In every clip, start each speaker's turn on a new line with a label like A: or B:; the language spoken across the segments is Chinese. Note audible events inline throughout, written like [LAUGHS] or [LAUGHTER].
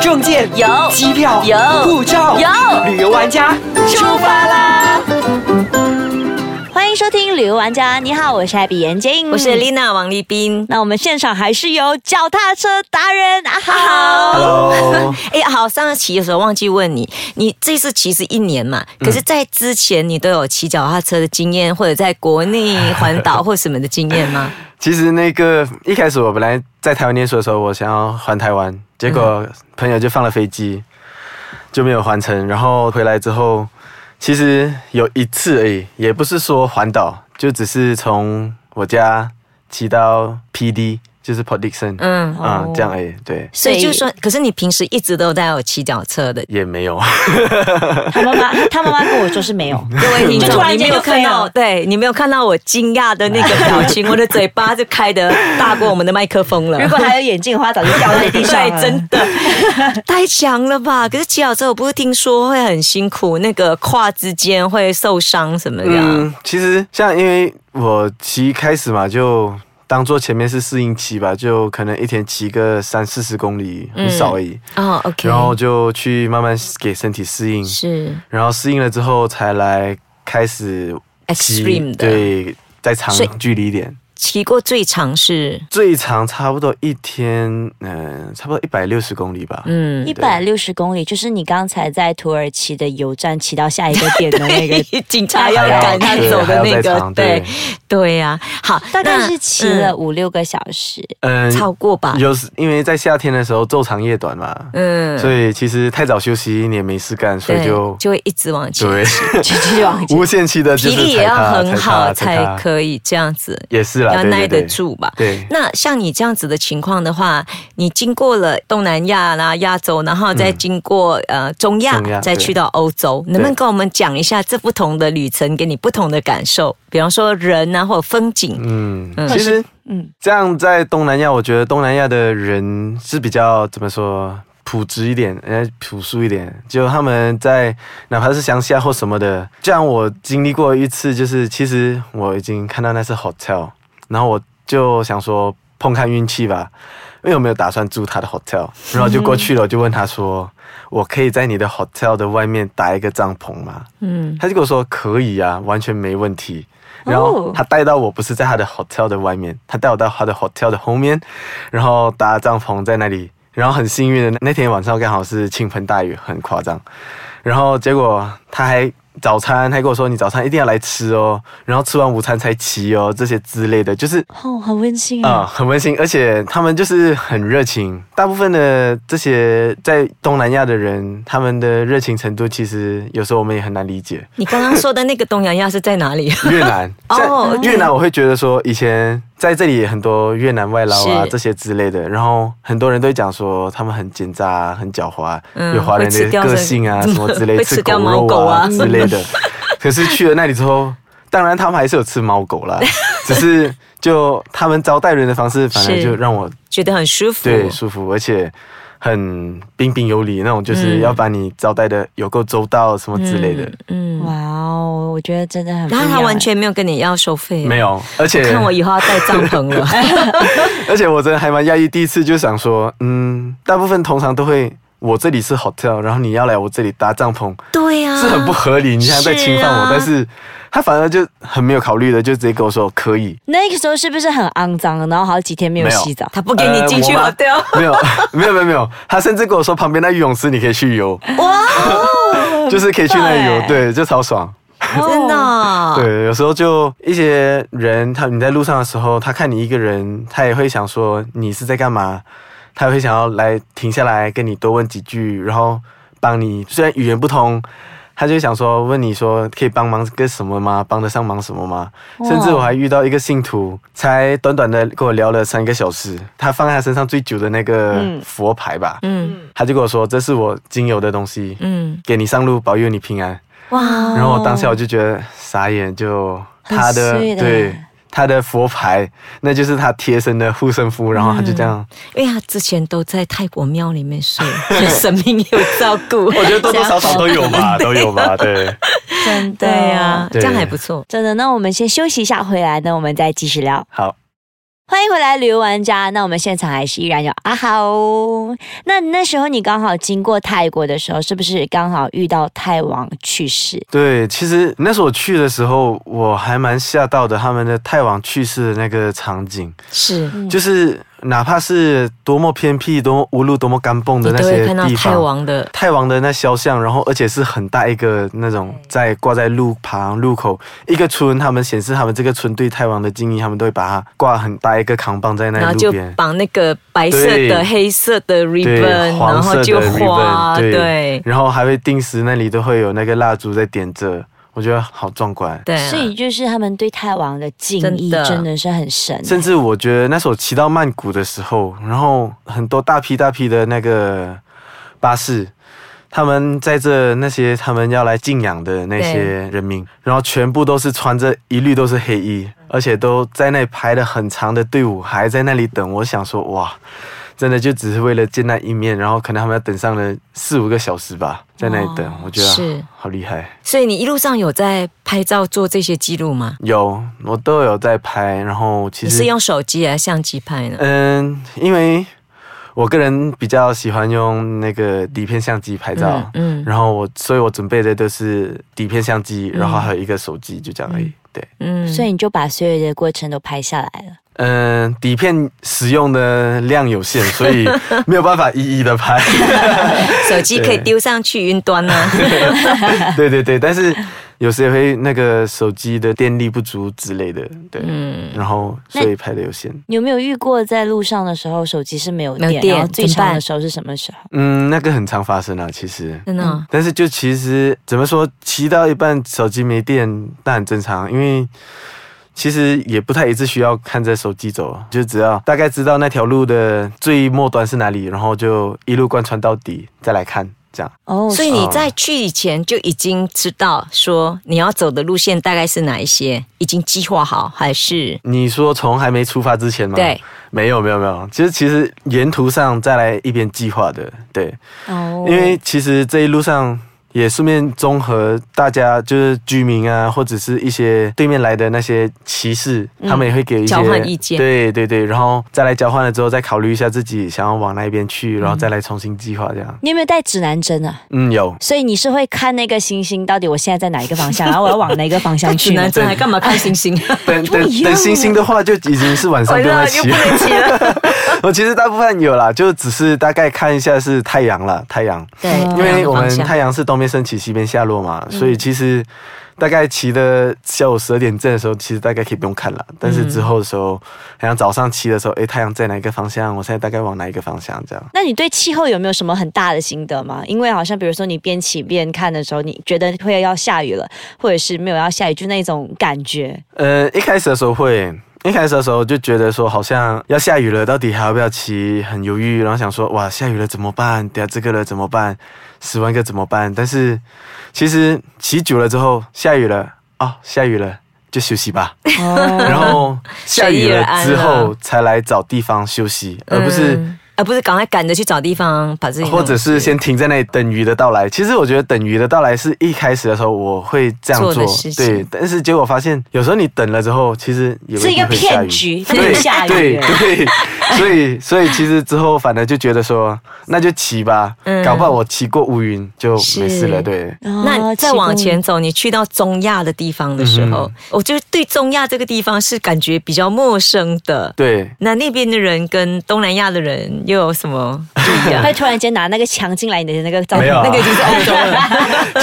A: 证件
B: 有
A: 机票
B: 有
A: 护照
B: 有
A: 旅游玩家出发啦！
B: 欢迎收听《旅游玩家》，你好，我是艾比眼镜，
C: 我是。丽娜王立斌。
B: 那我们现场还是有脚踏车达人阿
C: [LAUGHS]
B: 豪。
A: 哦，
C: 哎，好，上次骑的时候忘记问你，你这次骑是一年嘛？可是，在之前你都有骑脚踏车的经验，或者在国内环岛或什么的经验
B: [LAUGHS]
C: 吗？
D: [LAUGHS] 其实那个一开始我本来在台湾念书的时候，我想要环台湾，结果朋友就放了飞机，就没有环成。然后回来之后，其实有一次而已，也不是说环岛，就只是从我家骑到 PD，就是 Port Dickson，嗯
C: 嗯，
D: 啊、这样而已，对，。
C: 所以
B: 所
C: 就
B: 以
C: 说，可是你平时一直都在有骑脚车的
D: 也没有，
B: 他妈妈，他妈妈跟我说是没有。
C: 各位听
B: 就 [LAUGHS] 突
C: 众，
B: 然
C: 你没
B: 间就
C: 有看
B: 飞哦
C: 到
B: 了，
C: 对你没有看到我惊讶的那个表
B: [LAUGHS]
C: 情，我的嘴巴就开的大过我们的麦克风了。
B: 如果还有眼镜的话，早就掉在地 [LAUGHS]
C: [LAUGHS]
B: 上
C: 对，
B: 了。
C: 真的太强了吧！可是骑脚车，我不是听说会很辛苦，那个胯之间会受伤什么的啊、
D: 嗯，其实像因为我骑开始嘛，就当做前面是适应期吧，就可能一天骑个三四十公里，很少而已。
C: 哦，OK，
D: 然后就去慢慢给身体适应，
C: 是
D: 然后适应了之后才来开始骑
C: Extreme 的
D: 对，再长
C: 所以
D: 距离一点。
C: 骑过最长是
D: 最长差不多一天，嗯、差不多一百六十公里吧。
C: 嗯
B: 一百六十公里，就是你刚才在土耳其的油站骑到下一个点的那个，
C: [LAUGHS] 警察要赶他走的那
D: 还要再
C: 个
D: 长，
C: 对
D: 对
C: 对呀、好，
B: [LAUGHS] 大概
C: 那
B: 是骑了五六个小时。
D: 嗯，
C: 超过吧，
D: 有时因为在夏天的时候昼长夜短嘛，
C: 嗯，
D: 所以其实太早休息你也没事干，所以
C: 对
D: 就
C: 就会一直往前，
D: 对，
B: 继续往前。
D: 无限期的就
C: 体
D: 是
C: 力也
D: 踩
C: 要
D: 踏
C: 很
D: 踩踏
C: 好
D: 踩踏
C: 才可以这样子，
D: 也是啦，
C: 要
D: 对
C: 耐得。
D: 对对
C: 住吧。
D: 对
C: 那像你这样子的情况的话，你经过了东南亚啦、亚洲，然后再经过、呃中亚，
D: 嗯中亚
C: 再去到欧洲，能不能跟我们讲一下这不同的旅程给你不同的感受？比方说人啊，或者风景，
D: 嗯
C: 嗯，
D: 其实，
B: 嗯
D: 嗯，这样在东南亚，我觉得东南亚的人是比较怎么说，朴质一点，呃，朴素一点。就他们在哪怕是乡下或什么的，这样我经历过一次，就是其实我已经看到那是 hotel，然后我就想说碰看运气吧，因为我没有打算住他的 hotel，然后就过去了，我就问他说。我可以在你的 hotel 的外面搭一个帐篷吗？
C: 嗯，
D: 他就跟我说可以啊，完全没问题。
B: 哦
D: 然后他带到我不是在他的 hotel 的外面，他带我到他的 hotel 的后面，然后搭帐篷在那里。然后很幸运的那天晚上刚好是倾盆大雨，很夸张。然后结果他还早餐还跟我说你早餐一定要来吃哦，然后吃完午餐才骑哦，这些之类的，就是
B: 哦，好温馨
C: 嗯
D: 啊、
B: 啊！
D: 很温馨，而且他们就是很热情。大部分的这些在东南亚的人，他们的热情程度其实有时候我们也很难理解。
C: 你刚刚说的那个东南亚是在哪里？
D: 越南
C: 哦
D: 在
C: OK
D: 越南我会觉得说，以前在这里也很多越南外劳啊
C: 是
D: 这些之类的，然后很多人都会讲说他们很奸诈、啊、很狡猾啊，
C: 嗯
D: 有华人
C: 会吃
D: 的
C: 掉
D: 个性啊
C: 这
D: 什么之类，
C: 会吃
D: 吃
C: 掉
D: 狗
C: 猫
D: 肉
C: 狗啊
D: 啊之类
C: [LAUGHS]
D: 的。可是去了那里之后，当然他们还是有吃猫狗
C: [LAUGHS]
D: 啦，只是就他们招待人的方式，反而
C: 是
D: 就让我
C: 觉得很舒服，
D: 对舒服，而且。很彬彬有礼那种，就是
C: 嗯
D: 要把你招待的有够周到什么之类的，
C: 嗯。
B: 哇哦，我觉得真的很不一
C: 然
B: 样。
C: 后他完全没有跟你要收费，啊
D: 没。有，而且
C: 看我以后要带帐篷了，
D: [LAUGHS] 而且我真的还蛮讶异，第一次就想说，嗯，大部分通常都会，我这里是 hotel，然后你要来我这里搭帐篷，
C: 对呀、啊，
D: 是很不合理，你像在侵犯我，
C: 是啊
D: 但是他反而就很没有考虑的，就直接跟我说可以，
B: 那个时候是不是很肮脏？然后好几天没有
D: 没有
B: 洗澡。
C: 他不给你进去
D: 呃我妈
C: hotel，、
D: 没有， [LAUGHS] 没有，没有，没有，他甚至跟我说旁边那游泳池你可以去游，
C: 哦
D: 哇， [LAUGHS] 就是可以去那里游，
C: 欸
B: 很棒哎
D: 对，就超爽。
C: 真的哦、
D: 对，有时候就一些人，他你在路上的时候，他看你一个人，他也会想说你是在干嘛，他也会想要来停下来跟你多问几句，然后帮你。虽然语言不通，他就会想说问你说可以帮忙个什么吗？帮得上忙什么吗？甚至我还遇到一个信徒，才短短的跟我聊了三个小时，他放在他身上最久的那个
B: 嗯
D: 佛牌吧，
C: 嗯
D: 他就跟我说这是我仅有的东西，
C: 嗯，
D: 给你上路，保佑你平安。
C: 哇，
D: 然后我当
B: 哦
D: 下我就觉得傻眼，就
B: 很
D: 他哦的
B: sweet 欸
D: 对他的佛牌，那就是他贴身的护身符，然后他就这样，
C: 因为他之前都在泰国庙里面
D: [LAUGHS]
C: 睡，对神明有照顾，
D: 我觉得多多少少都有 [LAUGHS] 吧，都有吧， [LAUGHS] 对。
B: 真的
C: 对呀、啊，这
D: 对
C: 样还不错。
B: 真的。那我们先休息一下，回来呢，我们再继续聊。
D: 好，
B: 欢迎回来，旅游玩家。那我们现场还是依然有阿豪。那那时候你刚好经过泰国的时候，是不是刚好遇到泰王去世？
D: 对，其实那时候我去的时候，我还蛮吓到的，他们的泰王去世的那个场景，
C: 是，
D: 嗯就是哪怕是多么偏僻、多么无路、多么干蹦的
C: 你
D: 那
C: 都
D: 些
C: 会
D: 地
C: 看
D: 方，
C: 到泰王的，
D: 泰王的那肖像，然后而且是很大一个那种在挂在路旁路口一个村，他们显示他们这个村对泰王的敬意，他们都会把它挂很大一个扛棒在
C: 然
D: 那
C: 后
D: 里
C: 就
D: 路边。
C: 绑那个白色的、
D: 对
C: 黑色的 ribbon，
D: 对，
C: 然
D: 黄色
C: 后
D: 的
C: 就
D: ribbon，
C: 花，
D: 对，
C: 对
D: 然后还会定时那里都会有那个蜡烛在点着，我觉得好壮观。
C: 对啊
B: 所以就是他们对泰王的敬
C: 真
B: 意
C: 的
B: 真的是很深。
D: 甚至我觉得那时候骑到曼谷的时候，然后很多大批大批的那个巴士，他们载着那些他们要来敬仰的那些人民，然后全部都是穿着一律都是黑衣，而且都在那里排了很长的队伍，还在那里等。我想说，哇，真的就只是为了见那一面，然后可能他们要等上了四五个小时吧，在那里等
B: 哇，
D: 我觉得
C: 是
D: 好厉害。
C: 所以你一路上有在拍照做这些记录吗？
D: 有，我都有在拍，然后其
C: 你
D: 实
C: 是用手机还是相机拍呢？
D: [LAUGHS] 嗯，因为我个人比较喜欢用那个底片相机拍照，
C: 嗯
D: 然后我，所以我准备的都是底片相机，然后还有一个手机，就这样而已。对，
C: 嗯
B: 所以你就把所有的过程都拍下来了。
D: 嗯，底片使用的量有限，
C: [LAUGHS]
D: 所以没有办法一一的拍。
C: 手机可以
D: 对
C: 丢上去云端啊呢、
D: [LAUGHS] 对对对，但是有时也会那个手机的电力不足之类的，对，
C: 嗯，
D: 然后所以拍的有限。
B: 你有没有遇过在路上的时候手机是没有
C: 没
B: 电？
C: 有电
B: 然后最
C: 怎么
B: 长
C: 办
B: 的时候是什么时候？
D: 嗯，那个很常发生啊，其实。
C: 真的哦、
D: 但是就其实怎么说，骑到一半手机没电，那很正常，因为其实也不太一直需要看着手机走，就只要大概知道那条路的最末端是哪里，然后就一路贯穿到底，再来看这样。
B: 哦，
C: 所以你
D: 啊
C: 在去以前就已经知道说你要走的路线大概是哪一些，已经计划好还是？
D: 你说从还没出发之前吗？
C: 对，
D: 没有没有没有，其实其实沿途上再来一边计划的，对，
B: 哦
D: 因为其实这一路上也顺便综合大家就是居民啊，或者是一些对面来的那些骑士，他们也会给一些
C: 交换意见
D: 对对对，然后再来交换了之后，再考虑一下自己想要往哪一边去，然后再来重新计划这样。
B: 你有没有带指南针啊？
D: 嗯，有。
B: 所以你是会看那个星星，到底我现在在哪一个
C: [LAUGHS]
B: 方向，然后我要往哪一个方向
C: 指
B: 去吗？
C: 南针还干嘛看星
D: [LAUGHS]
C: 星？
D: 等等
C: 啊
D: 等星星的话，就已经是晚上
C: 完
D: 不用再
C: 了哎又
D: 骑
C: 不
D: 了。
C: 能骑
D: [LAUGHS]
C: 了。
D: 我其实大部分有啦，就只是大概看一下是太阳啦，太阳。
C: 对，
D: 因为我
C: 嗯
D: 们
C: 方向嗯
D: 太阳是东边升起，西边下落嘛，所以其实大概骑的下午十二点正的时候，其实大概可以不用看了。但是
C: 嗯
D: 之后的时候，好像早上骑的时候，诶，太阳在哪一个方向？我现在大概往哪一个方向？这样。
B: 那你对气候有没有什么很大的心得吗？因为好像比如说你边骑边看的时候，你觉得会要下雨了，或者是没有要下雨，就那种感觉。
D: 呃，一开始的时候会，一开始的时候就觉得说好像要下雨了，到底还要不要骑，很犹豫，然后想说哇，下雨了怎么办？等下这个了怎么办？十万个怎么办？但是其实骑久了之后，下雨了啊、下雨了就休息吧。
B: 哦，
D: 然后 [LAUGHS] 下雨了哎
C: 随
D: 之
C: 遇而安
D: 后
C: 了
D: 才来找地方休息，而呃不是、
C: 嗯而不是赶快赶着去找地方把自己弄
D: 或者
B: 哦
D: 是先停在那里等雨的到来。其实我觉得等雨的到来是一开始的时候我会这样
C: 做
D: 做，
C: 的事情
D: 对，但是结果发现有时候你等了之后，其实也未
B: 是一个
D: 必会下
B: 骗
D: 雨
B: 局，它没有
D: 对
B: 下雨
D: 对
B: 了。
D: 对，所以所以其实之后反而就觉得说，那就骑吧，
C: 嗯
D: 搞不好我骑过乌云就没事
C: 是
D: 了，对。
B: 哦
C: 那你再往，
B: 气
C: 前走，你去到中亚的地方的时候，
D: 嗯
C: 我就对中亚这个地方是感觉比较陌生的。
D: 对，
C: 那那边的人跟东南亚的人又有什么不一
D: [LAUGHS]
B: 功
C: 样？
B: 会突然间拿那个枪进来你的那个照片，
D: 没有啊
B: 那个已经是欧洲了。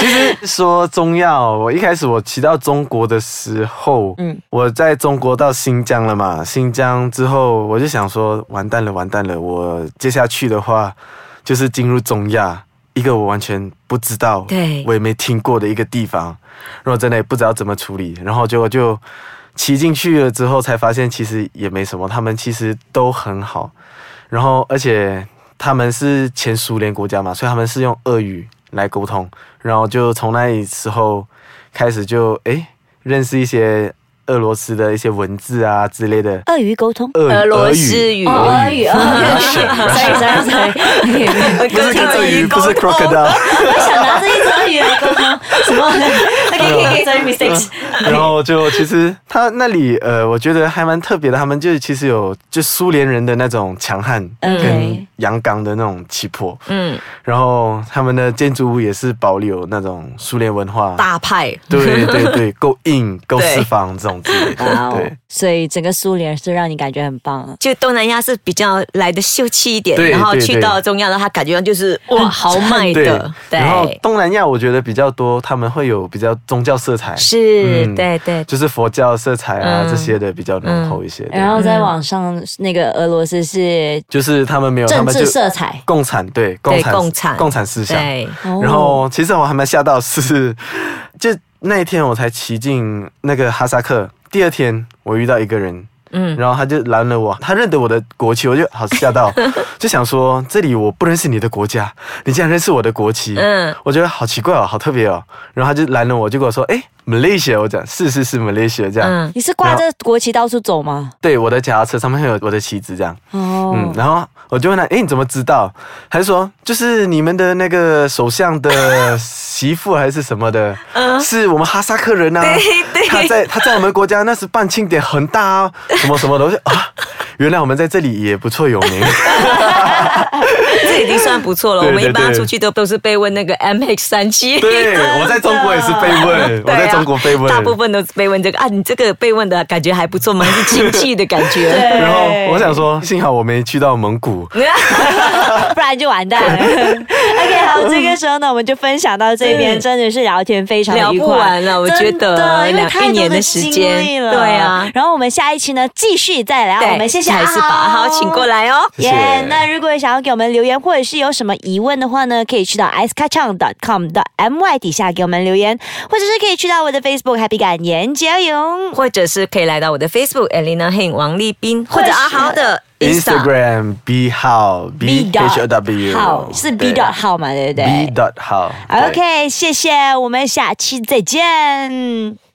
D: [LAUGHS] 其实说中药，我一开始我骑到中国的时候，
B: 嗯
D: 嗯，我在中国到新疆了嘛，新疆之后我就想说，完蛋了，完蛋了，我接下去的话就是进入中亚，一个我完全不知道，
C: 对
D: 我也没听过的一个地方，然后真的也不知道怎么处理，然后结果就骑进去了之后才发现，其实也没什么，他们其实都很好，然后而且他们是前苏联国家嘛，所以他们是用俄语来沟通，然后就从那里时候开始就诶认识一些俄罗斯的一些文字啊之类的。
B: 鳄鱼沟通，哦
D: 俄
C: 俄罗斯语
D: 俄哦
B: [LAUGHS] 哦，鳄鱼，鳄鱼，sorry sorry sorry，
D: 不是跟中鱼不是 crocodile，
B: 我想拿着一只鱼来沟通，什么
C: [LAUGHS]
B: ？OK，可以
D: 啊
B: 可以，sorry mistakes。
D: 然后就其实他那里呃，我觉得还蛮特别的，他们就是其实有就苏联人的那种强悍
B: 嗯
D: 跟阳刚的那种气魄，
C: 嗯，
D: 然后他们的建筑物也是保留那种苏联文化，
C: 大派。
D: 对对对，够硬够
C: 对
D: 四方这种之类
B: 哇
D: 的，
B: 哦
D: 对。！
B: 所以整个苏联是让你感觉很棒。啊
C: 就东南亚是比较来的秀气一点，
D: 对
C: 然后
D: 对
C: 去
D: 对
C: 到中亚的，他感觉上就是哇豪迈的，对，
D: 然后东南亚我觉得比较多，他们会有比较宗教色彩，
C: 是，
D: 嗯
C: 对对
D: 就是佛教色彩啊、
C: 嗯
D: 这些的比较浓厚一些。对
B: 嗯然后在网上那个俄罗斯是
D: 就是他们没有他
B: 政
D: 们
B: 治
D: 就
B: 色彩，
D: 共产对共产
C: 共产
D: 共产思想。
C: 对，
B: 哦
D: 然后其实我还蛮吓到是， [LAUGHS] 就那一天我才骑进那个哈萨克，第二天我遇到一个人。
C: 嗯
D: 然后他就拦了我，他认得我的国旗，我就好
C: [LAUGHS]
D: 吓到，就想说这里我不认识你的国家，你竟然认识我的国旗，
C: 嗯
D: 我觉得好奇怪哦，好特别哦。然后他就拦了我，就跟我说：“哎，Malaysia。”我讲：“是是是，Malaysia。”这样，
C: 嗯，
B: 你是挂着国旗到处走吗？
D: 对，我的脚踏车上面会有我的旗子这样。
B: 哦，
D: 嗯，然后我就问他：“哎，你怎么知道？”他就说：“就是你们的那个首相的媳妇还是什么的，是我们哈萨克人啊。 [LAUGHS] 他在他在我们国家那时办庆典很大啊，什么什么的。”我就啊，原来我们在这里也不错有名。
C: 这已经算不错了。
D: 对
C: 我们一
D: 对
C: 般
D: 对
C: 出去都都是被问那个 MH 三七。 [LAUGHS]
D: 对，我在中国也是被问，我
C: 对啊
D: 在中国被问。
C: 大部分都是被问这个啊，你这个被问的感觉还不错嘛，蛮是亲戚的感
D: [LAUGHS]
C: 觉。
B: 对
D: 然后我想说，幸好我没去到蒙古。
C: [LAUGHS]
B: [LAUGHS] 不然就完蛋了。OK，好，这个时候呢，我们就分享到这边，
C: 嗯
B: 真的是聊天非常的愉
C: 聊
B: 快
C: 不完了我觉得
B: 真的因为
C: 两
B: 太
C: 一
B: 多
C: 年
B: 的
C: 的时间
B: 经历了
C: 对啊
B: 然后我们下一期呢继续再聊，我们谢谢
C: 还是把好请过。来哦。
D: 谢谢
B: 耶那如果想要给我们留言，或者是有什么疑问的话呢，可以去到 i c e c a c h a n g c o m 的 my 底下给我们留言，或者是可以去到我的 Facebook Happy 感言交勇。
C: 或者是可以来到我的 Facebook Elena Heng 王立斌，或者阿豪的 Instagram。
D: Instagram B 号 B H O W
B: 好是 B
D: 对
B: dot 号嘛，对不对
D: B dot 号对
B: OK，谢谢，我们下期再见。